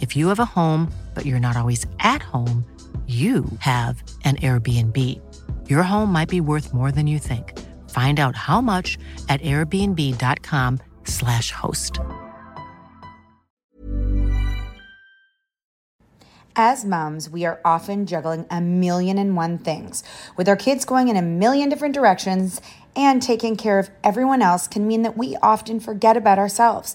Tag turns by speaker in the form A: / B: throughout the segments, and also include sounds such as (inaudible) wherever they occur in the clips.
A: If you have a home, but you're not always at home, you have an Airbnb. Your home might be worth more than you think. Find out how much at airbnb.com/slash host.
B: As moms, we are often juggling a million and one things. With our kids going in a million different directions and taking care of everyone else can mean that we often forget about ourselves.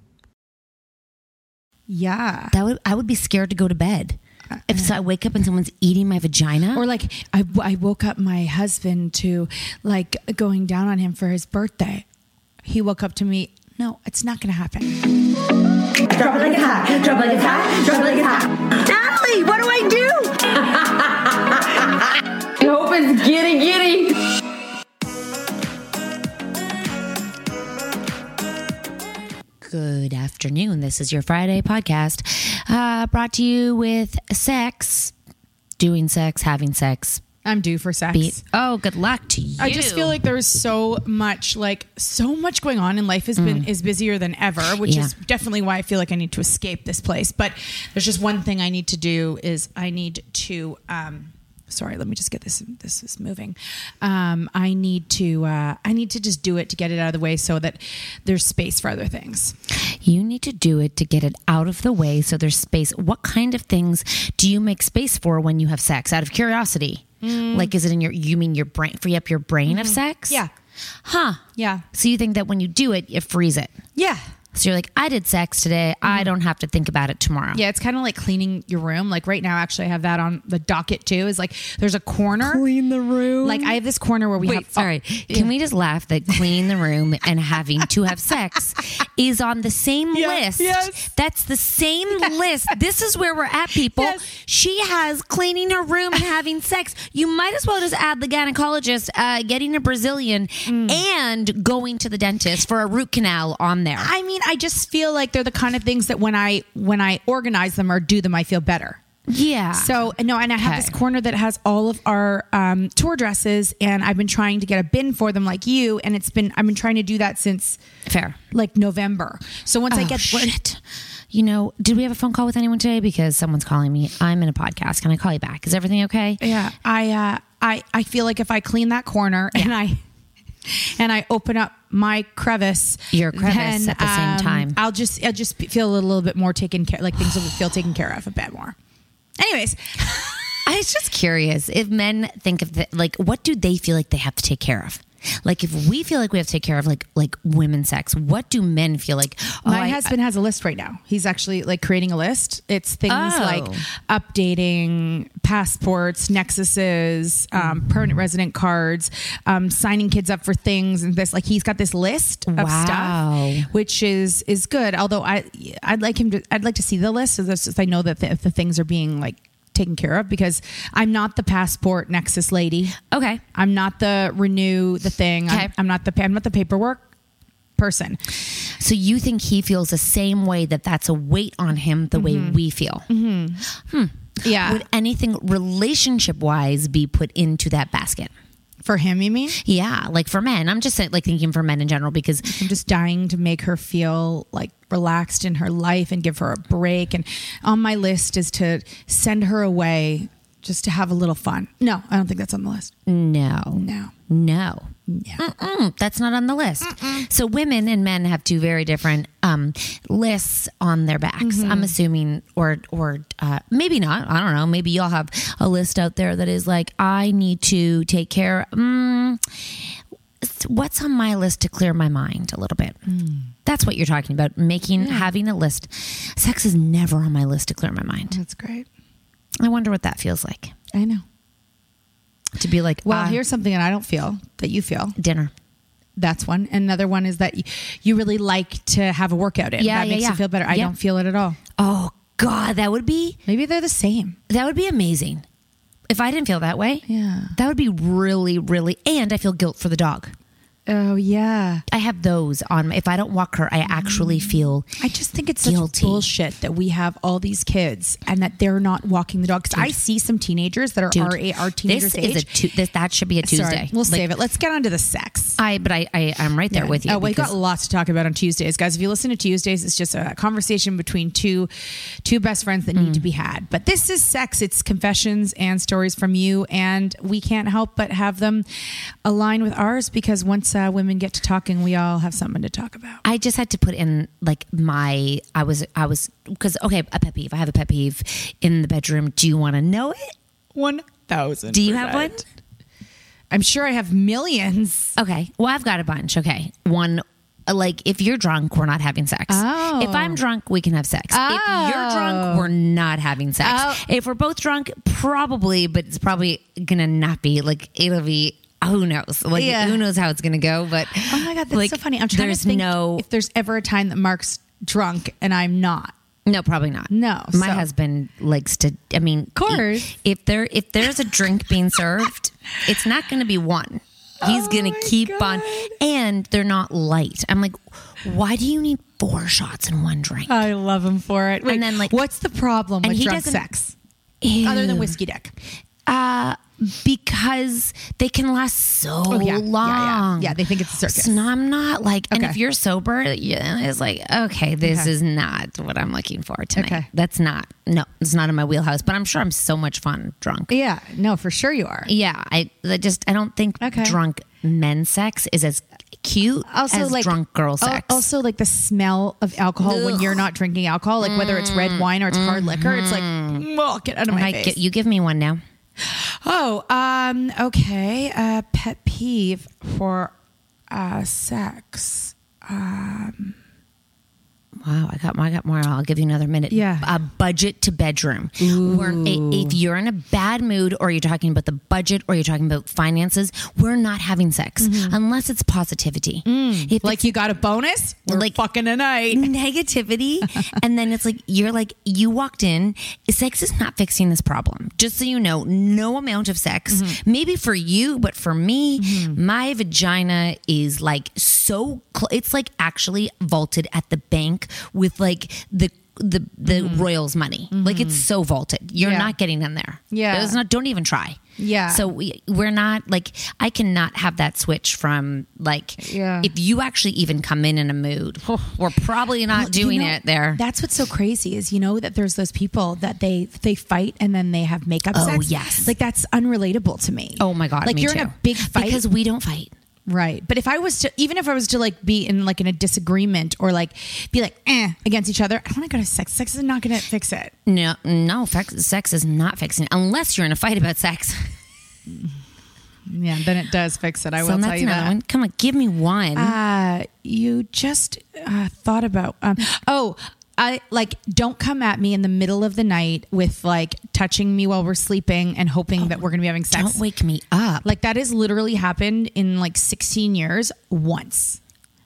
C: Yeah.
D: That would I would be scared to go to bed. If so, I wake up and someone's eating my vagina,
C: Or like I, I woke up my husband to like going down on him for his birthday. He woke up to me. No, it's not going to happen.
E: Drop it like it's hot. Drop it like it's hot. Drop it like it's hot. Natalie, what do I do? I (laughs) hope it's giddy giddy.
D: Good afternoon. This is your Friday podcast, uh, brought to you with sex, doing sex, having sex.
C: I'm due for sex.
D: Be- oh, good luck to you.
C: I just feel like there's so much, like so much going on, and life has been is busier than ever, which
D: Yeah.
C: is definitely why I feel like I need to escape this place. But there's just one thing I need to do is I need to. Um, sorry, let me just get this. This is moving. Um, I need to. Uh, I need to just do it to get it out of the way so that there's space for other things.
D: You need to do it to get it out of the way so there's space. What kind of things do you make space for when you have sex? Out of curiosity. Like, is it in your, you mean your brain, free up your brain of sex?
C: Mm. Mm-hmm. Yeah.
D: Huh.
C: Yeah.
D: So you think that when you do it, it frees it.
C: Yeah.
D: So you're like, I did sex today. I don't have to think about it tomorrow.
C: Mm-hmm. Yeah, it's kind of like cleaning your room. Like right now, actually, I have that on the docket too. Is like there's a corner. Clean the room. Like I have this corner where we
D: Wait,
C: have. oh,
D: sorry. Can we just laugh that cleaning the room and having to have sex is on the same list?
C: yes.
D: That's the same list. This is where we're at, people.
C: Yes.
D: She has cleaning her room and having sex. You might as well just add the gynecologist, uh, getting a Brazilian,
C: Mm.
D: and going to the dentist for a root canal on there.
C: I mean, I just feel like they're the kind of things that when I when I organize them or do them, I feel better.
D: yeah.
C: So no, and I have this
D: Ah, Okay.
C: corner that has all of our um, tour dresses, and I've been trying to get a bin for them, like you. And it's been I've been trying to do that since
D: fair.
C: like November. So once I
D: Oh,
C: get
D: shit. You know, did we have a phone call with anyone today? Because someone's calling me. I'm in a podcast. Can I call you back? Is everything okay?
C: yeah, I uh, I I feel like if I clean that corner and I and I open up my crevice, um,
D: Your crevice at the same time.
C: I'll just I'll just feel a little bit more taken care, like things will feel
D: (sighs)
C: taken care of a bit more. Anyways.
D: I was just curious if men think of the, like what do they feel like they have to take care of? Like if we feel like we have to take care of like like women's sex, what do men feel like? Oh,
C: My
D: I-
C: husband has a list right now. He's actually like creating a list. It's things
D: Oh.
C: like updating passports, nexuses, um, permanent resident cards, um, signing kids up for things, and this. Like he's got this list of
D: Wow.
C: stuff, which is is good. Although I I'd like him to I'd like to see the list so that's just I know that the, if the things are being like taken care of because I'm not the passport nexus lady.
D: okay,
C: I'm not the renew the thing. I'm-
D: Okay.
C: I'm not the pa- I'm not the paperwork person.
D: so you think he feels the same way that that's a weight on him the way we feel?
C: Mm-hmm.
D: Hmm.
C: Yeah.
D: Would anything relationship wise be put into that basket?
C: For him, you mean?
D: Yeah, like for men, I'm just saying, like thinking for men in general because
C: I'm just dying to make her feel like relaxed in her life and give her a break. And on my list is to send her away just to have a little fun. No, I don't think that's on the list.
D: no,
C: No.
D: No. Mm-mm, that's not on the list. So women and men have two very different um, lists on their backs. I'm assuming, or or uh, maybe not. I don't know. Maybe y'all have a list out there that is like, I need to take care. Mm, what's on my list to clear my mind a little bit? That's what you're talking about. Making having a list. Sex is never on my list to clear my mind.
C: That's great.
D: I wonder what that feels like
C: I know.
D: to be like.
C: Well,
D: uh,
C: here's something that I don't feel that you feel.
D: dinner.
C: That's one. Another one is that y- you really like to have a workout in.
D: Yeah,
C: that
D: yeah,
C: makes
D: yeah.
C: you feel better. I
D: Yeah.
C: don't feel it at all.
D: Oh God, that would be
C: Maybe they're the same.
D: That would be amazing. If I didn't feel that way,
C: Yeah.
D: that would be really, really. And I feel guilt for the dog.
C: Oh yeah.
D: I have those on. my- If I don't walk her, I actually feel.
C: Mm. I just think it's
D: Guilty.
C: such bullshit that we have all these kids and that they're not walking the dog. 'Cause I see some teenagers that are
D: Dude,
C: our, our teenagers
D: this
C: age.
D: is a tu- this, that should be a Tuesday.
C: Sorry, we'll
D: Like,
C: save it. Let's get on to the sex.
D: I but I, I I'm right there with you.
C: Oh, we've
D: because-
C: got lots to talk about on Tuesdays, guys. If you listen to Tuesdays, it's just a conversation between two two best friends that
D: Mm.
C: need to be had. But this is sex. It's confessions and stories from you, and we can't help but have them align with ours because once uh, women get to talking, we all have something to talk about.
D: I just had to put in like my I was I was because okay a pet peeve I have a pet peeve in the bedroom. Do you want to know it?
C: One thousand.
D: Do you have one?
C: I'm sure I have millions.
D: Okay. Well, I've got a bunch. Okay. One, uh, like if you're drunk, we're not having sex. If
C: Oh.
D: I'm drunk, we can have sex. If you're drunk, we're not having sex.
C: Oh.
D: If we're both drunk, probably, but it's probably gonna not be like it'll be. Who knows? Like
C: Yeah.
D: who knows how it's gonna go? But
C: Oh my god, that's
D: like,
C: so funny. I'm trying
D: there's
C: to think
D: no
C: if there's ever a time that Mark's drunk and I'm not.
D: No, probably not.
C: No,
D: my
C: so-
D: husband likes to. I mean, of
C: course.
D: if there if there's a drink being served, it's not going to be one. He's
C: Oh
D: going to keep on, and they're not light. I'm like, why do you need four shots in one drink?
C: Uh, I love him for it. Wait,
D: And then, like-
C: what's the problem with drunk
D: doesn't-
C: sex? other than whiskey dick.
D: Uh, because they can last so
C: Oh, yeah. Yeah, yeah.
D: long.
C: Yeah, they think it's a circus.
D: So no, I'm not like, and
C: Okay.
D: if you're sober, yeah, it's like, okay, this is not what I'm looking for tonight.
C: Okay.
D: That's not, no, it's not in my wheelhouse, but I'm sure I'm so much fun drunk.
C: Yeah, no, for sure you are.
D: Yeah, I, I just, I don't think
C: Okay.
D: drunk men sex is as cute as drunk girl
C: al-
D: sex.
C: oh, Also, like the smell of alcohol when you're not drinking alcohol, like whether it's red wine or it's hard liquor, it's like, "Mwah, get out of my
D: Mm, mm-hmm. I
C: face.
D: get- you give me one now.
C: Oh, um, okay. Uh, pet peeve for uh, sex.
D: Wow, I got I got more. I'll give you another minute.
C: Yeah.
D: a budget to bedroom. We're, i- if you're in a bad mood, or you're talking about the budget, or you're talking about finances, we're not having sex unless it's positivity. If
C: Mm-hmm. Mm. Like you got a bonus? We're
D: Like-
C: fucking a night. (laughs)
D: negativity and then it's like you're like you walked in sex is not fixing this problem just so you know no amount of sex
C: Mm-hmm.
D: maybe for you but for me my vagina is like so cl- it's like actually vaulted at the bank with like the the the royals money like it's so vaulted you're
C: Mm-hmm. Yeah.
D: not getting in there
C: Yeah.
D: it's not don't even try
C: Yeah.
D: so we we're not like i cannot have that switch from like
C: Yeah. Oh.
D: if you actually even come in in a mood we're probably not
C: Well, you
D: doing
C: know,
D: it there.
C: That's what's so crazy is you know that there's those people that they they fight and then they have makeup
D: Oh,
C: sex.
D: yes.
C: Like that's unrelatable to me.
D: oh my god!
C: Like
D: me
C: you're in
D: too.
C: a big fight
D: because we don't fight.
C: Right. But if I was to, even if I was to like be in like in a disagreement or like be like eh against each other, I don't want to go to sex. Sex is not going to fix it.
D: No, no, sex, sex is not fixing it unless you're in a fight about sex.
C: Yeah, then it does fix it. I
D: so that's another one. Come on, give me one.
C: Uh, you just uh, thought about um, oh. I like don't come at me in the middle of the night with like touching me while we're sleeping and hoping that we're gonna be having sex.
D: Oh, don't wake me up.
C: Like that has literally happened in like 16 years once.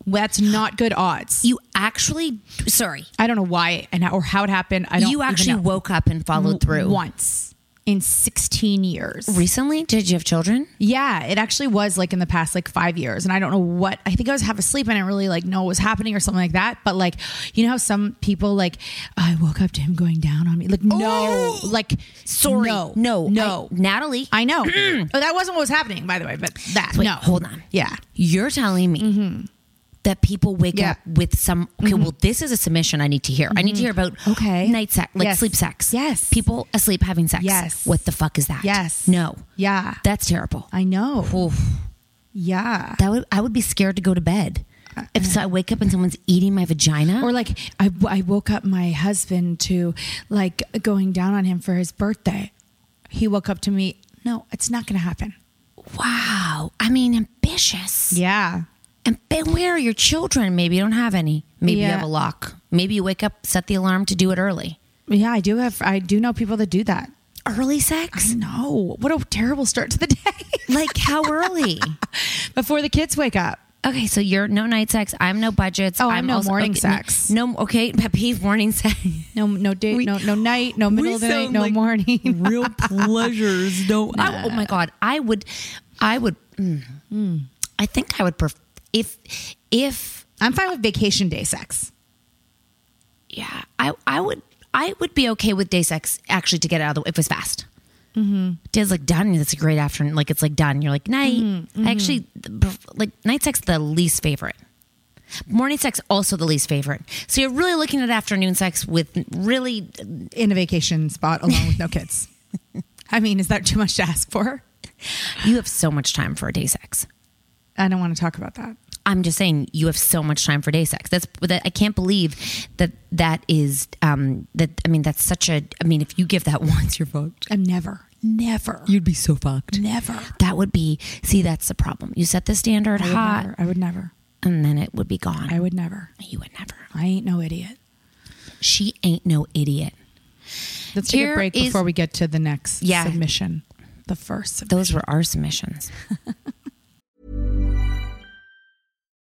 C: That's not good odds.
D: you actually, sorry,
C: I don't know why and how, or how it happened. I don't.
D: you
C: even
D: actually
C: know.
D: woke up and followed through.
C: once in 16 years.
D: Recently, did you have children?
C: Yeah, it actually was like in the past like five years, and I don't know what. I think I was half asleep, and I didn't really like know what was happening or something like that. But like, you know how some people like I woke up to him going down on me. Like no, like
D: Oh! Sorry,
C: no,
D: no,
C: no,
D: I- Natalie.
C: I know. (clears throat) oh, that wasn't what was happening, by the way. But that
D: Wait,
C: no,
D: hold on.
C: yeah.
D: You're telling me that people wake
C: Mm-hmm. Yeah. Mm-hmm.
D: up with some. Okay, well, this is a submission I need to hear. I need to hear about
C: Okay.
D: night sex, like
C: Yes.
D: sleep sex.
C: Yes.
D: people asleep having sex.
C: Yes.
D: what the fuck is that?
C: Yes.
D: no,
C: Yeah.
D: that's terrible.
C: I know.
D: Oof.
C: Yeah.
D: That would I would be scared to go to bed if so, I wake up and someone's eating my vagina.
C: Uh-uh. Or like I, I woke up my husband to like going down on him for his birthday. He woke up to me. No, it's not going to happen.
D: wow, I mean ambitious.
C: Yeah.
D: And ba- where are your children? Maybe you don't have any. Maybe you
C: Yeah.
D: have a lock. Maybe you wake up, set the alarm to do it early.
C: Yeah, I do have I do know people that do that.
D: Early sex?
C: No. What a terrible start to the day. (laughs)
D: Like how early?
C: Before the kids wake up.
D: Okay, so you're no night sex. I'm no budgets.
C: Oh, I'm no morning
D: okay,
C: sex.
D: No, no, okay, (laughs) pet peeve, morning sex.
C: No no day no no night, no middle of the night, no morning.
D: Real pleasures. (laughs) No. I, oh my god, I would, I would. mm. I think I would prefer if, if
C: (laughs) I'm fine with vacation day sex.
D: yeah, I I would I would be okay with day sex actually to get it out of the way if it was fast. Mm-hmm. Day's like done. It's a great afternoon. Like it's like done. You're like night.
C: Mm-hmm,
D: I actually like night sex the least favorite. Morning sex also the least favorite. So you're really looking at afternoon sex with really
C: In a vacation spot along (laughs) with no kids. I mean, is that too much to ask for?
D: you have so much time for day sex.
C: I don't want to talk about that.
D: I'm just saying you have so much time for day sex. That's that I can't believe that that is um that I mean that's such a I mean if you give that (laughs) once you're fucked.
C: I'm never, never,
D: You'd be so fucked.
C: never.
D: That would be see that's the problem. You set the standard
C: I would
D: hot
C: never. I would never.
D: and then it would be gone.
C: I would never.
D: you would never.
C: I ain't no idiot.
D: She ain't no idiot.
C: Let's take
D: Here
C: a break
D: is-
C: before we get to the next
D: Yeah.
C: submission. The first submission.
D: Those were our submissions.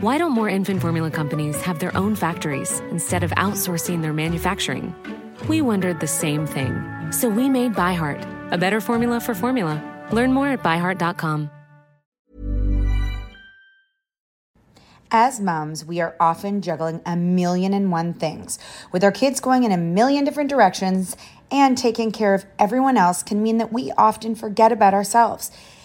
F: Why don't more infant formula companies have their own factories instead of outsourcing their manufacturing? We wondered the same thing. So we made ByHeart, a better formula for formula. Learn more at byheart.com.
B: As moms, we are often juggling a million and one things. With our kids going in a million different directions and taking care of everyone else can mean that we often forget about ourselves.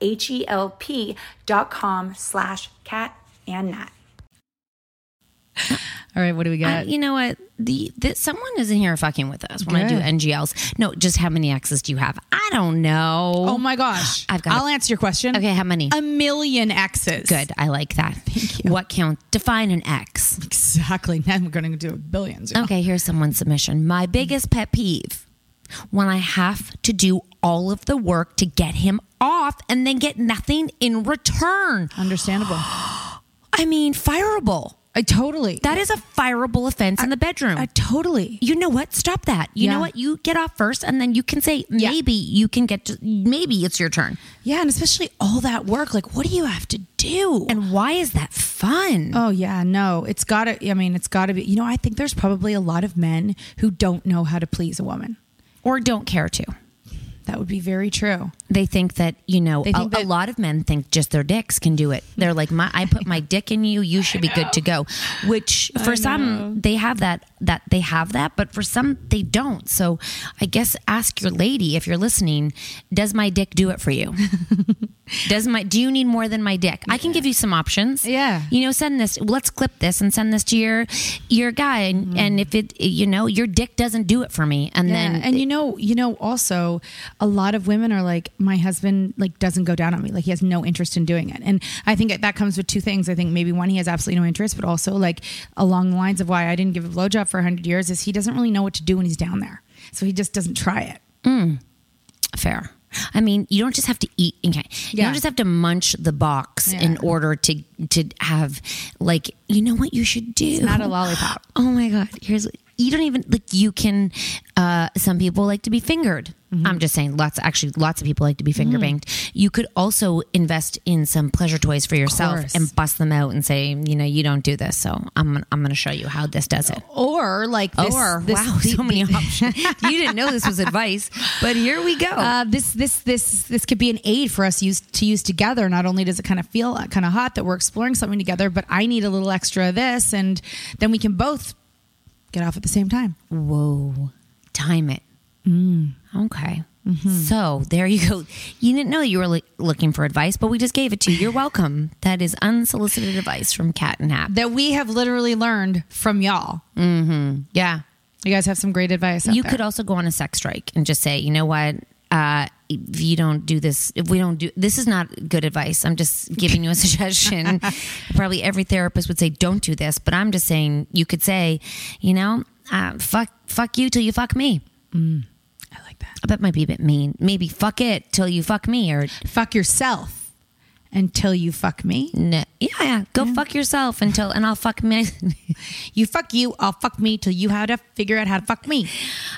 C: H-E-L-P dot com slash cat and nat.
G: All right, what do we
D: I-
G: got?
D: you know what? The, the someone isn't here fucking with us when I do
G: Good.
D: NGLs. No, just how many exes do you have? I don't know.
G: oh my (gasps) gosh.
D: I've got
G: I'll
D: it.
G: answer your question.
D: Okay, how many?
G: A million X's.
D: Good. I like that. What count? Define an X.
G: Exactly. Now we're going to do billions. y'all.
D: Okay, here's someone's submission. My biggest pet peeve when I have to do all of the work to get him off and then get nothing in return.
G: Understandable.
D: I mean, fireable.
G: I totally.
D: That is a fireable offense in the bedroom.
G: I (gasps) totally.
D: you know what? Stop that. You
G: Yeah.
D: know what? You get off first and then you can say,
G: Yeah.
D: maybe you can get to, maybe it's your turn.
G: Yeah, and especially all that work. Like, what do you have to do?
D: And why is that fun?
G: Oh yeah, no. It's got to I mean, it's got to be. You know, I think there's probably a lot of men who don't know how to please a woman.
D: Or don't care to.
G: That would be very true.
D: They think that you know
C: They
D: a,
C: think
D: a lot of men think just their dicks can do it. They're like, my, I put my dick in you, you should be good to go. Which
C: I
D: for some
C: know.
D: they have that that they have that, but for some they don't. So I guess ask your lady if you're listening. Does my dick do it
C: (laughs)
D: for you? Does my do you need more than my dick? I can give you some options.
C: Yeah.
D: You know, send this. Let's clip this and send this to your your guy. And,
C: Mm-hmm.
D: and if it, you know, your dick doesn't do it for me, and
C: Yeah,
D: then
C: and you know you know also a lot of women are like my husband like doesn't go down on me like he has no interest in doing it and i think that comes with two things i think maybe one he has absolutely no interest but also like along the lines of why i didn't give a blowjob for 100 years is he doesn't really know what to do when he's down there so he just doesn't try it
D: fair. I mean, you don't just have to eat. Okay, you
C: Yeah.
D: don't just have to munch the box in order to to have like you know what you should do.
C: not a lollipop
D: (gasps) Oh my god! Here's you don't even like you can. Uh, some people like to be fingered.
C: Mm-hmm.
D: I'm just saying, lots actually, lots of people like to be finger banged. You could also invest in some pleasure toys for yourself
C: course.
D: and bust them out and say, you know, you don't do this, so I'm gonna- I'm going to show you how this does it.
C: or like this,
D: or
C: this-
D: wow, (laughs)
C: the-
D: so many
C: the-
D: options. you didn't know this was advice, but here we go.
C: (laughs) Uh, this this this this could be an aid for us use to use together. Not only does it kind of feel kind of hot that we're exploring something together, but I need a little extra of this, and then we can both get off at the same time.
D: Whoa, time it. Okay. So there you go. You didn't know you were li- looking for advice, but we just gave it to you. You're welcome. That is unsolicited advice from Cat and Hap.
C: That we have literally learned from y'all.
D: Mm-hmm. Yeah.
C: You guys have some great advice. Out
D: You
C: there.
D: could also go on a sex strike and just say, you know what? Uh, if you don't do this, if we don't do this, is not good advice. I'm just giving you a (laughs) suggestion. Probably every therapist would say, don't do this, but I'm just saying you could say, you know, uh, fuck, fuck you till you fuck me.
C: I like that.
D: That might be a bit mean. Maybe fuck it till you fuck me, or
C: Fuck yourself until you fuck me.
D: no, yeah, yeah, go fuck yourself until, and I'll fuck me. (laughs)
C: You fuck you. I'll fuck me till you have to figure out how to fuck me.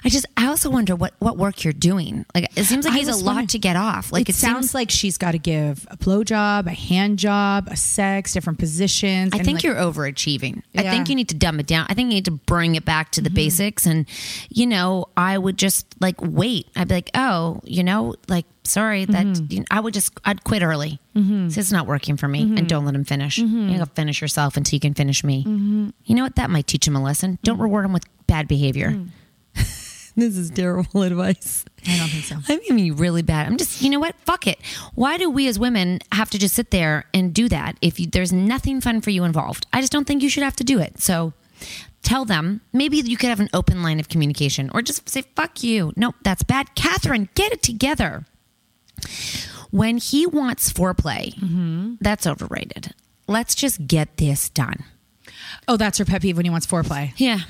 D: I just, I also wonder what what work you're doing. Like it seems like
C: I
D: he's a
C: was
D: lot
C: wondering-
D: to get off. Like it,
C: it, sounds
D: seems,
C: like she's got to give a blowjob, a hand job, a sex, different positions.
D: I
C: and,
D: think
C: like,
D: you're overachieving. I
C: Yeah. Mm-hmm.
D: think you need to dumb it down. I think you need to bring it back to the basics. And you know, I would just like wait. I'd be like, oh, you know, like sorry
C: Mm-hmm.
D: that you know, I would just I'd quit early. So it's not working for me.
C: Mm-hmm.
D: And don't let him finish. You know, finish yourself until you can finish me.
C: Mm-hmm.
D: You know what? That might teach him a lesson.
C: Mm.
D: Don't reward him with bad behavior. this is terrible (laughs) advice.
C: I don't think so.
D: I'm giving you really bad. I'm just, you know what? Fuck it. Why do we as women have to just sit there and do that if you, there's nothing fun for you involved? I just don't think you should have to do it. So tell them. Maybe you could have an open line of communication or just say, fuck you. Nope, that's bad. Catherine, get it together. When he wants foreplay,
C: Mm-hmm.
D: that's overrated. Let's just get this done.
C: Oh, that's her pet peeve when he wants foreplay.
D: Yeah.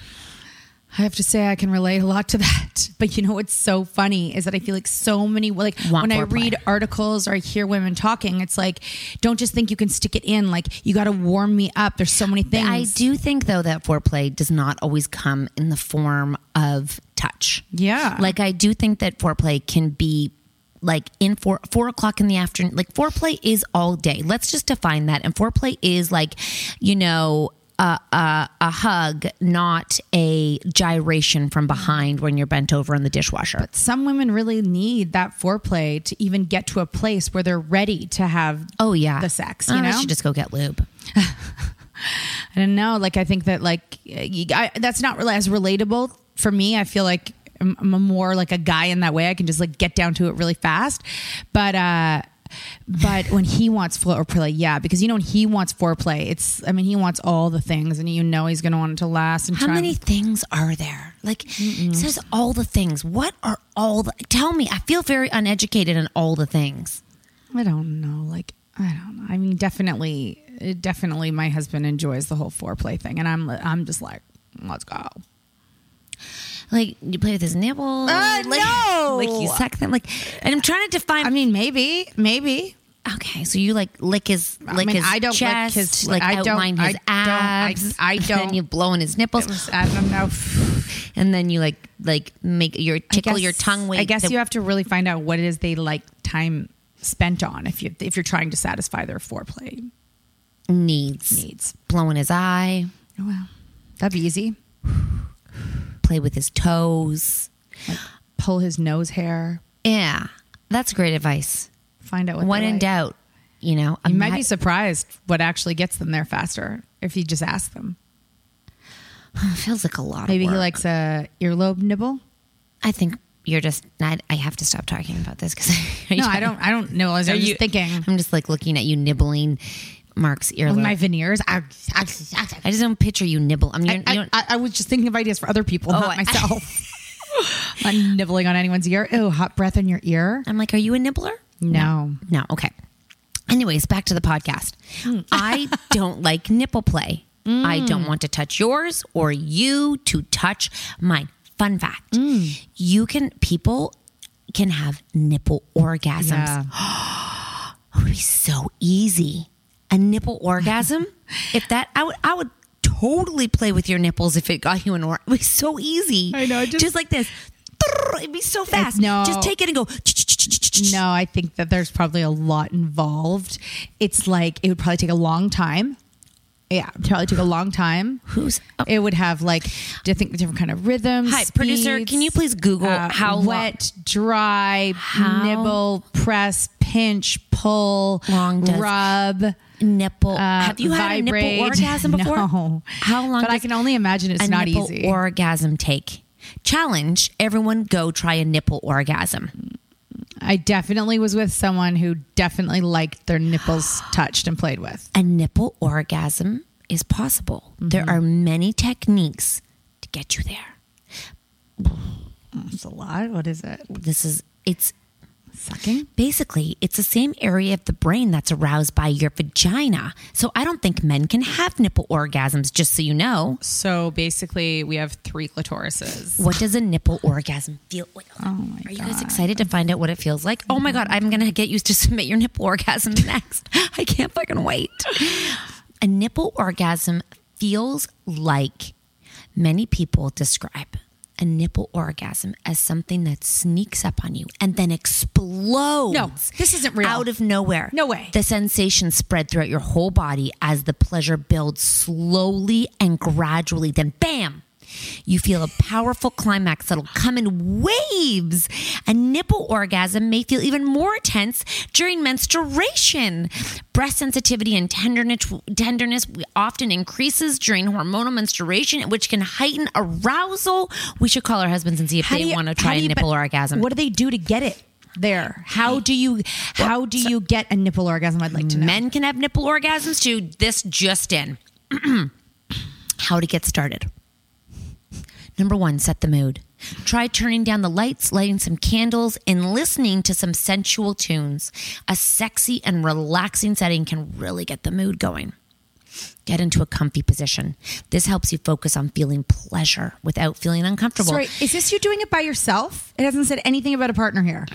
C: I have to say I can relate a lot to that. (laughs) But you know what's so funny is that I feel like so many like
D: Want
C: when I
D: foreplay.
C: read articles or I hear women talking, it's like don't just think you can stick it in. Like you got to warm me up. There's so many things.
D: I do think though that foreplay does not always come in the form of touch.
C: Yeah.
D: Like I do think that foreplay can be like in four four o'clock in the afternoon. Like foreplay is all day. Let's just define that. And foreplay is like, you know, a, a, a hug, not a gyration from behind when you're bent over in the dishwasher.
C: Some women really need that foreplay to even get to a place where they're ready to have
D: oh yeah,
C: the sex, you
D: Oh, I
C: know?
D: should just go get lube.
C: I don't know. Like I think that like you- I, that's not really as relatable for me. I feel like I'm, I'm a more like a guy in that way. I can just like get down to it really fast. But uh but when he wants foreplay, yeah, because you know when he wants foreplay, it's I mean he wants all the things, and you know he's gonna want it to last. And
D: How
C: try
D: many things are there? Like it says all the things. What are all the Tell me. I feel very uneducated in all the things.
C: I don't know. Like I don't know. I mean, definitely, definitely, my husband enjoys the whole foreplay thing, and I'm I'm just like, let's go.
D: Like you play with his nipples.
C: Uh,
D: like,
C: no!
D: Like you suck them. Like and I'm trying to define
C: I mean, maybe, maybe.
D: Okay, so you like lick his
C: I
D: lick
C: mean,
D: his
C: I don't lick
D: chest,
C: his-
D: like
C: I don't-
D: outline his
C: I don't- I-
D: abs.
C: I
D: And
C: don't-
D: you blow in his
C: It
D: nipples,
C: was- I don't know.
D: and then you like like make your
C: I
D: tickle
C: guess-
D: your tongue. with
C: I guess
D: the-
C: you have to really find out what it is they like time spent on if you if you're trying to satisfy their foreplay
D: needs
C: needs.
D: blowing his eye,
C: Well, that'd be easy.
D: (sighs) play with his toes.
C: Pull his nose hair.
D: Yeah. That's great advice.
C: Find out what
D: When
C: they
D: in
C: like.
D: doubt, you know,
C: You might
D: ima-
C: be
D: (laughs)
C: surprised what actually gets them there faster if you just ask them.
D: feels like a lot.
C: Maybe
D: of
C: he
D: work.
C: likes a earlobe nibble.
D: I think you're just. I, I have to stop talking about this (laughs) because.
C: No, I don't. I don't know. I was
D: Are
C: I'm
D: you-
C: just thinking
D: I'm just like looking at you nibbling Mark's earlobe.
C: with my veneers. I, I,
D: I just don't picture you nibble. I mean, you're,
C: I,
D: you don't,
C: I- I was just thinking of ideas for other people,
D: Oh,
C: not
D: I- (laughs)
C: myself. (laughs) I'm nibbling on anyone's ear. Oh, hot breath in your ear.
D: I'm like, are you a nibbler?
C: No.
D: No, okay. Anyways, back to the podcast.
C: Hmm. (laughs)
D: I don't like nipple play. I don't want to touch yours or you to touch mine. Fun fact
C: Hmm.
D: you can, people can have nipple orgasms.
C: Yeah.
D: It would be so easy. A nipple
C: (laughs)
D: orgasm? if that, I would, I would. Totally play with your nipples if it got you an or. It would be so easy.
C: I know,
D: Just,
C: just-
D: like this. It'd be so fast.
C: no.
D: Just take it and go.
C: No, I think that there's probably a lot involved. It's like it would probably take a long time. Yeah, it probably took a long time.
D: Who's
C: It would have like different different kind of rhythms.
D: Oh. Hi, producer, can you please Google how lo-
C: wet, dry, nibble, press, pinch, pull,
D: Long does-
C: rub.
D: nipple.
C: uh,
D: Have you had a
C: vibrate.
D: nipple
C: (laughs)
D: orgasm before?
C: No.
D: How long?
C: But I
D: does
C: can only imagine it's
D: a
C: not
D: nipple
C: easy.
D: Orgasm take challenge. Everyone, go try a nipple orgasm.
C: I definitely was with someone who definitely liked their nipples touched and played with.
D: A nipple orgasm is possible. There
C: Mm-hmm.
D: are many techniques to get you there.
C: It's a lot. What is it?
D: This is it's
C: Sucking?
D: basically it's the same area of the brain that's aroused by your vagina. So I don't think men can have nipple orgasms. Just so you know,
C: So basically, we have three clitorises.
D: what does a nipple orgasm feel? Wait,
C: Oh
D: hold on. Are you guys excited to find out what it feels like? Oh my god, I'm gonna get you to (laughs) submit your nipple orgasm (laughs) next. I can't fucking wait. A nipple orgasm feels like many people describe a nipple orgasm as something that sneaks up on you and then explodes.
C: No, this isn't real.
D: Out of nowhere.
C: No way.
D: The sensation spread throughout your whole body as the pleasure builds slowly and gradually. Then, bam! You feel a powerful climax that'll come in waves. A nipple orgasm may feel even more intense during menstruation. Breast sensitivity and tenderness, tenderness often increases during hormonal menstruation, which can heighten arousal. We should call our husbands and see if
C: How
D: they
C: do you-
D: want to
C: how
D: try
C: do
D: a
C: you-
D: nipple
C: but
D: orgasm.
C: What do they do to get it there? How do you how do you get a nipple orgasm? I'd like to know.
D: Men can have nipple orgasms too. This just in. (clears throat) How to get started. Number one, set the mood. Try turning down the lights, lighting some candles, and listening to some sensual tunes. A sexy and relaxing setting can really get the mood going. Get into a comfy position. This helps you focus on feeling pleasure without feeling uncomfortable.
C: Sorry, is this you doing it by yourself? It hasn't said anything about a partner here.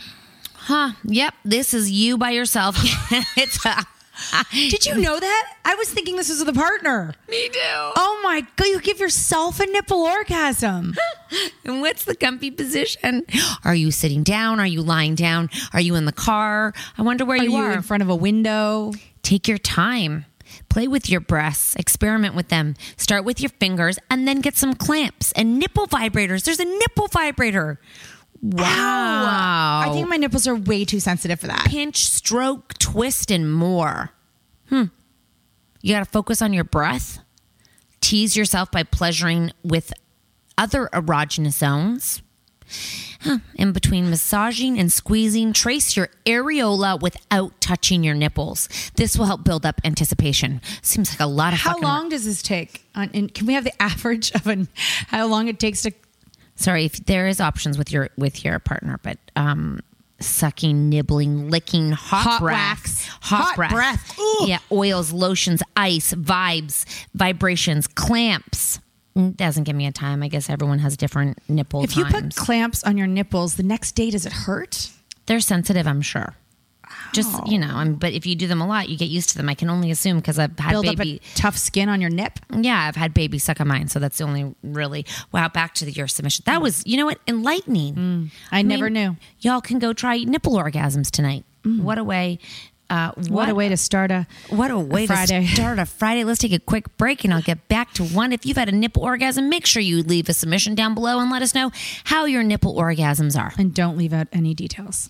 D: Huh. Yep. This is you by yourself. (laughs) it's uh, a,
C: Did you know that? I was thinking this was with a partner.
D: me too.
C: Oh my god, you give yourself a nipple orgasm.
D: And what's the comfy position? Are you sitting down? Are you lying down? Are you in the car? I wonder where
C: Are (gasps)
D: you,
C: you
D: are.
C: in front of a window?
D: Take your time. Play with your breasts, experiment with them. Start with your fingers and then get some clamps and nipple vibrators. There's a nipple vibrator. Wow.
C: I think my nipples are way too sensitive for that.
D: pinch, stroke, twist, and more. Hmm. You got to focus on your breath. Tease yourself by pleasuring with other erogenous zones. Huh. In between massaging and squeezing, trace your areola without touching your nipples. This will help build up anticipation. Seems like a lot of
C: How
D: fucking work.
C: long does this take? On, and can we have the (laughs) average of an, how long it takes to?
D: sorry if there is options with your with your partner but um sucking nibbling licking hot,
C: Hot
D: breath
C: wax.
D: hot,
C: Hot
D: breath,
C: breath. Ooh.
D: yeah oils lotions ice vibes vibrations clamps Mm, doesn't give me a time i guess everyone has different nipple
C: If you
D: times
C: put clamps on your nipples, the next day does it hurt?
D: they're sensitive i'm sure just
C: Oh.
D: you know I'm, but if you do them a lot you get used to them i can only assume because i've had
C: Build
D: baby
C: up a tough skin on your nip.
D: yeah, I've had baby suck on mine, so that's the only really wow. Back to the, your submission. That was, you know what, enlightening.
C: Mm. I never knew. Mm.
D: Y'all can go try nipple orgasms tonight. What a way! Uh, what,
C: What, a way to start a
D: What a way
C: Friday.
D: to start a Friday. Let's take a quick break, and I'll get back to one. If you've had a nipple orgasm, make sure you leave a submission down below and let us know how your nipple orgasms are.
C: and don't leave out any details.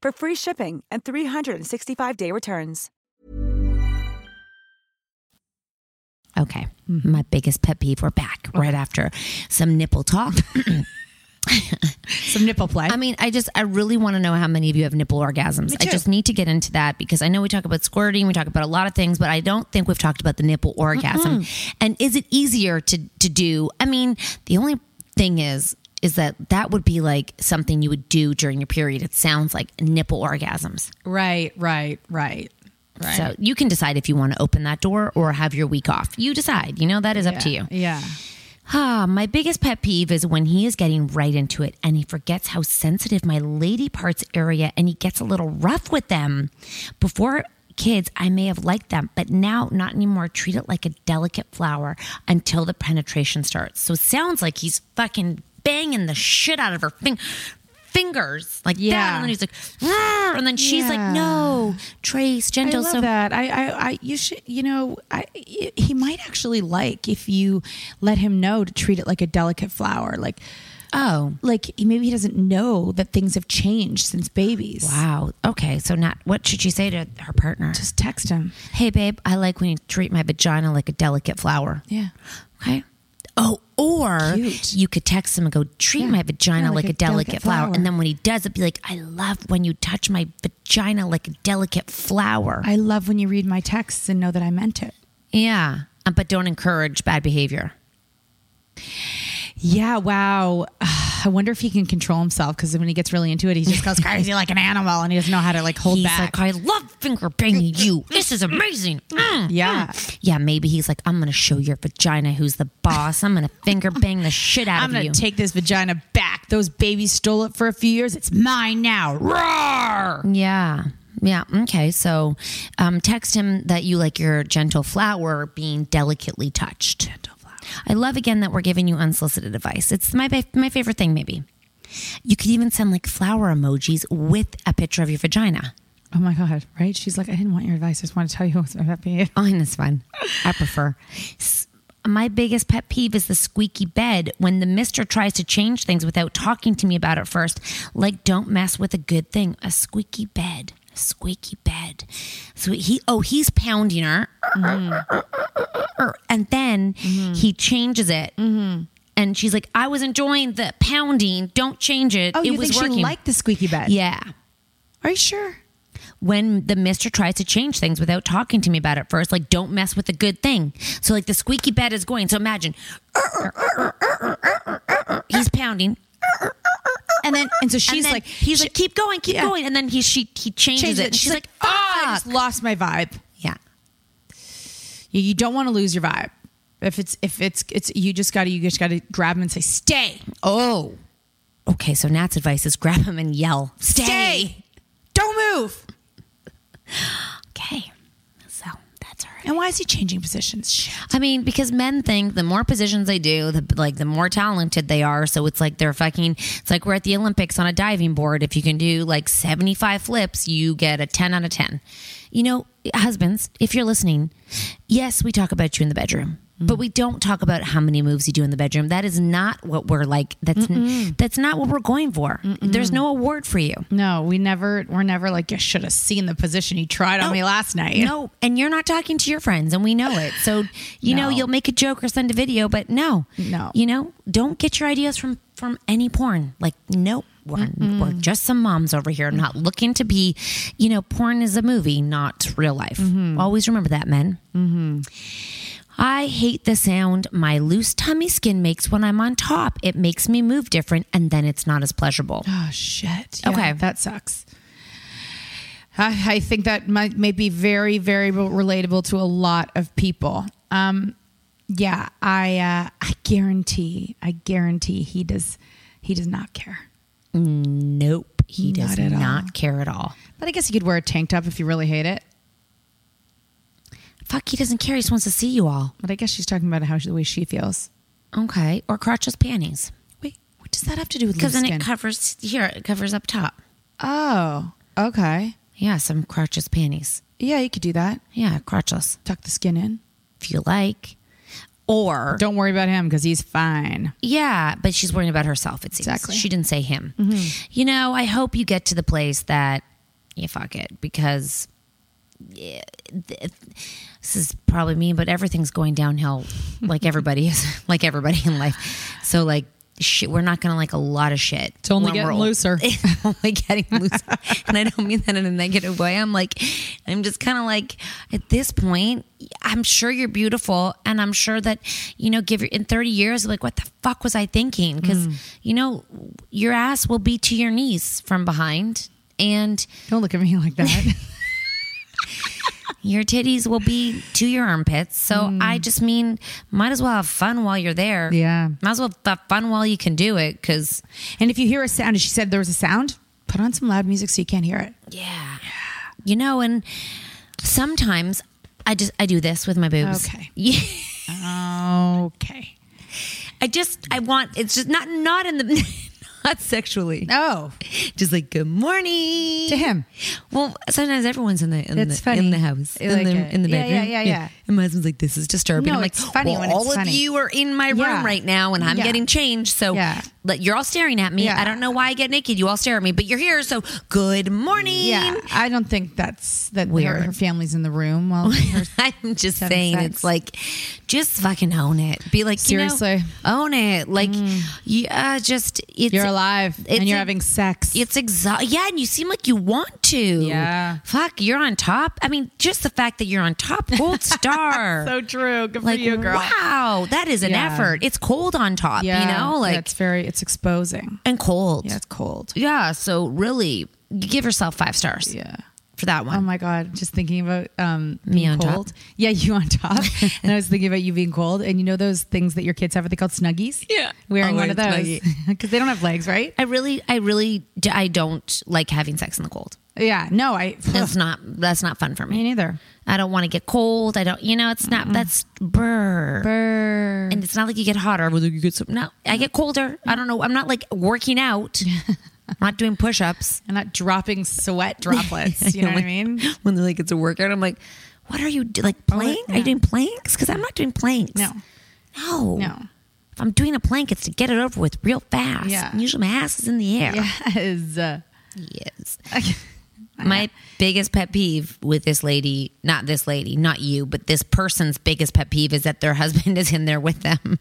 H: for free shipping and 365-day returns.
D: Okay.
C: Mm-hmm.
D: My biggest pet peeve. We're back right after some nipple talk.
C: some nipple play.
D: I mean, I just, I really want to know how many of you have nipple orgasms. I just need to get into that because I know we talk about squirting, we talk about a lot of things, but I don't think we've talked about the nipple orgasm. And is it easier to to do? I mean, the only thing is is that that would be like something you would do during your period. It sounds like nipple orgasms.
C: Right, right, right. Right.
D: So you can decide if you want to open that door or have your week off. You decide. You know that is up to you.
C: Yeah.
D: Ah, my biggest pet peeve is when he is getting right into it and he forgets how sensitive my lady parts area and he gets a little rough with them. Before kids, I may have liked them, but now not anymore. Treat it like a delicate flower until the penetration starts. So it sounds like he's fucking banging the shit out of her fing- Fingers like that,
C: Yeah.
D: and then he's like, "Rrr," and then she's
C: Yeah.
D: like, "No, Trace, gentle."
C: I love
D: so
C: that. I, I, I, you should, you know, I, he might actually like if you let him know to treat it like a delicate flower. Like,
D: oh,
C: like maybe he doesn't know that things have changed since babies.
D: Wow. Okay. So not what should she say to her partner?
C: Just text him.
D: Hey babe, I like when you treat my vagina like a delicate flower.
C: Yeah.
D: Okay. Oh, or
C: Cute.
D: you could text him and go, treat my vagina
C: Yeah,
D: like, a, delicate, flower.
C: flower.
D: And then when he does it, be like, I love when you touch my vagina like a delicate flower.
C: I love when you read my texts and know that I meant it.
D: yeah. Uh, But don't encourage bad behavior.
C: Yeah. Wow. (sighs) I wonder if he can control himself because when he gets really into it, he
D: (laughs)
C: just goes crazy like an animal and he doesn't know how to like hold
D: he's
C: back.
D: like, I love finger banging you. This is amazing. Mm,
C: Yeah.
D: mm." Yeah. Maybe he's like, I'm going to show your vagina who's the boss. I'm going to finger bang the shit out
C: I'm
D: of
C: gonna
D: you.
C: take this vagina back. Those babies stole it for a few years. It's mine now. Roar!
D: Yeah. Yeah. Okay. So um, text him that you like your gentle flower being delicately touched. Gentle flower. I love again that we're giving you unsolicited advice. It's my ba- my favorite thing, maybe. You could even send like flower emojis with a picture of your vagina.
C: Oh my god! Right? She's like, I didn't want your advice. I just want to tell you (laughs) what's happening.
D: Oh, and it's fun. I prefer. S- My biggest pet peeve is the squeaky bed when the mister tries to change things without talking to me about it first. Like, don't mess with a good thing. A squeaky bed. A squeaky bed. So he, oh, he's pounding her. Mm-hmm. And then
C: Mm-hmm.
D: he changes it. And she's like, I was enjoying the pounding. Don't change it.
C: Oh,
D: it
C: you
D: was
C: think
D: working.
C: she liked the squeaky bed?
D: yeah.
C: Are you sure?
D: When the mister tries to change things without talking to me about it first, like don't mess with the good thing. So like the squeaky bed is going. So imagine he's pounding.
C: And then, and so she's
D: and then
C: like,
D: he's like, keep going, keep
C: Yeah.
D: going, and then he she he changes,
C: changes
D: it.
C: it.
D: And she's, like,
C: "Fuck, I just
D: fuck.
C: lost my vibe.
D: Yeah,
C: You, you don't want to lose your vibe. If it's if it's it's you just gotta you just gotta grab him and say stay
D: Oh. Okay, so Nat's advice is grab him and yell, stay.
C: Stay. don't move
D: Okay. So that's our
C: And why is he changing positions?
D: I mean, because men think the more positions they do, the like the more talented they are. So it's like they're fucking. It's like we're at the Olympics on a diving board. If you can do like seventy five flips, you get a ten out of ten. You know, husbands, if you're listening, yes, we talk about you in the bedroom. But we don't talk about how many moves you do in the bedroom. That is not what we're like. That's
C: Mm-mm.
D: that's not what we're going for. There's no award for you.
C: No, we never. We're never like you should have seen the position you tried on me last night.
D: No, and you're not talking to your friends, and we know it. So you know
C: (sighs) No.
D: you'll make a joke or send a video, but no, no, you know, don't get your ideas from from any porn. Like, no, we're,
C: Mm-mm. Mm.
D: we're just some moms over here, not looking to be. You know, porn is a movie, not real life.
C: Mm-hmm.
D: Always remember that, men. Mm-hmm. I hate the sound my loose tummy skin makes when I'm on top. It makes me move different, and then it's not
C: (gasps)
D: as pleasurable.
C: Oh shit. Yeah,
D: Okay.
C: that sucks. I, I think that might may be very, very relatable to a lot of people. Um, yeah, I uh, I guarantee, I guarantee he does he does not care.
D: Nope, he
C: Not
D: does
C: at all.
D: not care at all.
C: But I guess you could wear a tank top if you really hate it.
D: Fuck, he doesn't care. He just wants to see you all.
C: But I guess she's talking about how she, the way she feels.
D: Okay, or crotchless panties.
C: Wait, what does that have to do with?
D: Because
C: loose
D: then
C: skin?
D: it covers here. It covers up top.
C: Oh, okay.
D: Yeah, some crotchless panties.
C: Yeah, you could do that.
D: Yeah, crotchless.
C: Tuck the skin in
D: if you like. Or
C: don't worry about him because he's fine.
D: Yeah, but she's worrying about herself. It seems exactly. Mm-hmm. She didn't say him.
C: Mhm.
D: You know, I hope you get to the place that you fuck it because yeah, th- this is probably me, but everything's going (laughs) downhill, like everybody is, (laughs) like everybody in life. So like. Shit, we're not gonna like a lot of shit. It's
C: only getting looser.
D: (laughs) It's only getting looser, and I don't mean that in a negative way. I'm like, I'm just kind of like, at this point, I'm sure you're beautiful, and I'm sure that you know, give your, in 30 years, like, what the fuck was I thinking? Because you know, your ass will be to your knees from behind, and
C: (laughs) don't look at me like (laughs) that.
D: your titties will be to your armpits. So I just mean, might as well have fun while you're there.
C: Yeah.
D: might as well have fun while you can do it. Because
C: and if you hear a sound, and she said there was a sound, put on some loud music so you can't hear it.
D: Yeah. You know, and sometimes I just I do this with my boobs.
C: Okay.
D: (laughs) Yeah.
C: Okay.
D: I just I want it's just not not in the (laughs) not sexually.
C: No.
D: Just like good morning
C: To him.
D: Well, sometimes everyone's in the in,
C: That's
D: the,
C: funny.
D: in the house
C: I
D: in
C: like
D: the
C: it.
D: in the
C: Yeah,
D: bedroom.
C: yeah, yeah, yeah.
D: And my husband's like, "This is disturbing."
C: No,
D: I'm like,
C: it's funny
D: well,
C: when it's
D: all of
C: funny."
D: you are in my room
C: Yeah.
D: right now, and I'm
C: Yeah.
D: getting changed. So like, you're all staring at me.
C: Yeah.
D: I don't know why I get naked. You all stare at me, but you're here. So good morning.
C: Yeah, I don't think that's that. Her,
D: Weird.
C: her family's in the room (laughs) while her
D: (laughs) I'm just
C: having
D: saying,
C: sex.
D: it's like, just fucking own it. Be like, you know,
C: Seriously. Mm.
D: own it. Like, yeah, just it's,
C: You're alive and
D: it's
C: you're
D: a-
C: having sex.
D: It's exhausting. Yeah, and you seem like you want to. Yeah, fuck, you're on top. I mean, just the fact that you're on top,
C: (laughs)
D: gold star.
C: so true. Good
D: like,
C: for you, girl.
D: wow, that is an
C: Yeah.
D: effort. It's cold on top. you
C: Yeah,
D: know, like
C: yeah, it's very it's exposing.
D: and cold.
C: Yeah, it's cold.
D: Yeah, so really, you give yourself five stars.
C: Yeah.
D: for that one.
C: Oh my god! Just thinking about um,
D: Me
C: being
D: on top.
C: cold. (laughs) Yeah, you on
D: (laughs)
C: top. and I was thinking about you being cold. And you know those things that your kids have? Are they called snuggies?
D: Yeah.
C: wearing
D: I
C: one of
D: want a
C: those (laughs) because they don't have legs, right?
D: I really, I really, d- I don't like having sex in the cold.
C: Yeah. No, I.
D: (laughs) That's not that's not fun for me.
C: (laughs) Me neither.
D: I don't want to get cold. I don't, you know, it's not. That's brr.
C: Brr.
D: And it's not like you get hotter. Whether you get some, no, I get colder. I don't know. I'm not like
C: (laughs)
D: working out. I'm not doing push-ups.
C: I'm not dropping sweat droplets. You know what
D: (laughs)
C: I mean? Oh,
D: When they're like, it's a workout. I'm like, what are you do- like plank? Are you doing planks? Because I'm not doing planks.
C: No.
D: No.
C: No.
D: If I'm doing a plank, it's to get it over with real fast.
C: Yeah.
D: And usually my ass is in the air.
C: Yes. Uh, (laughs)
D: Yes. My biggest pet peeve with this lady, not this lady, not you, but this person's biggest pet peeve is that their (laughs) husband is in there with
C: (laughs)
D: them.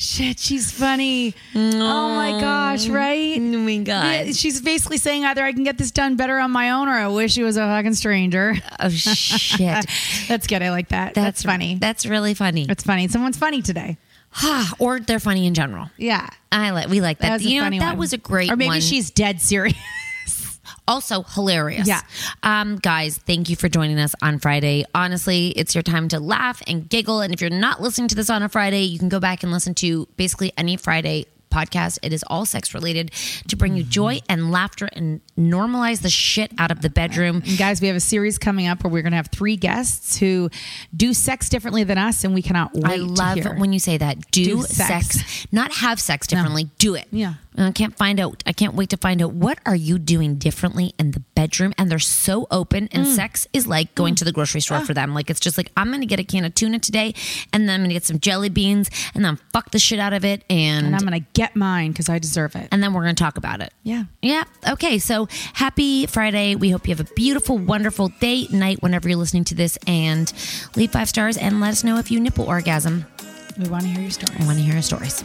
C: Shit, she's funny. Oh my gosh, right? Oh
D: my God.
C: she's basically saying either I can get this done better on my own or I wish it was a fucking stranger.
D: (laughs)
C: (laughs)
D: Oh shit.
C: That's good. I like that. That's, funny.
D: That's really funny.
C: That's funny. Someone's funny today.
D: (sighs) or they're funny in general.
C: Yeah.
D: I like we like that.
C: That was a
D: you know
C: funny
D: that
C: one.
D: was a great
C: Or maybe
D: one.
C: she's dead serious. (laughs)
D: also hilarious.
C: Yeah.
D: Um, guys, thank you for joining us on Friday. Honestly, it's your time to laugh and giggle. And if you're not listening to this on a Friday, you can go back and listen to basically any Friday podcast. It is all sex related to bring you joy and laughter and normalize the shit out of the bedroom.
C: And guys, we have a series coming up where we're going to have three guests who do sex differently than us, and we cannot wait.
D: I love
C: to hear.
D: when you say that. Do,
C: Do
D: sex.
C: sex.
D: not have sex differently. Do it.
C: Yeah.
D: And I can't find out. I can't wait to find out what are you doing differently in the bedroom. And they're so open. And
C: Mm. Ah.
D: sex is like going to the grocery store for them. Like it's just like I'm going to get a can of tuna today, and then I'm going to get some jelly beans, and then fuck the shit out of it, and,
C: And I'm gonna get mine because I deserve it.
D: And then we're going to talk about it.
C: Yeah.
D: Yeah. Okay. So happy Friday. We hope you have a beautiful, wonderful day, night, whenever you're listening to this. And leave five stars and let us know if you nipple orgasm.
C: We want to hear your stories.
D: I want to hear your stories.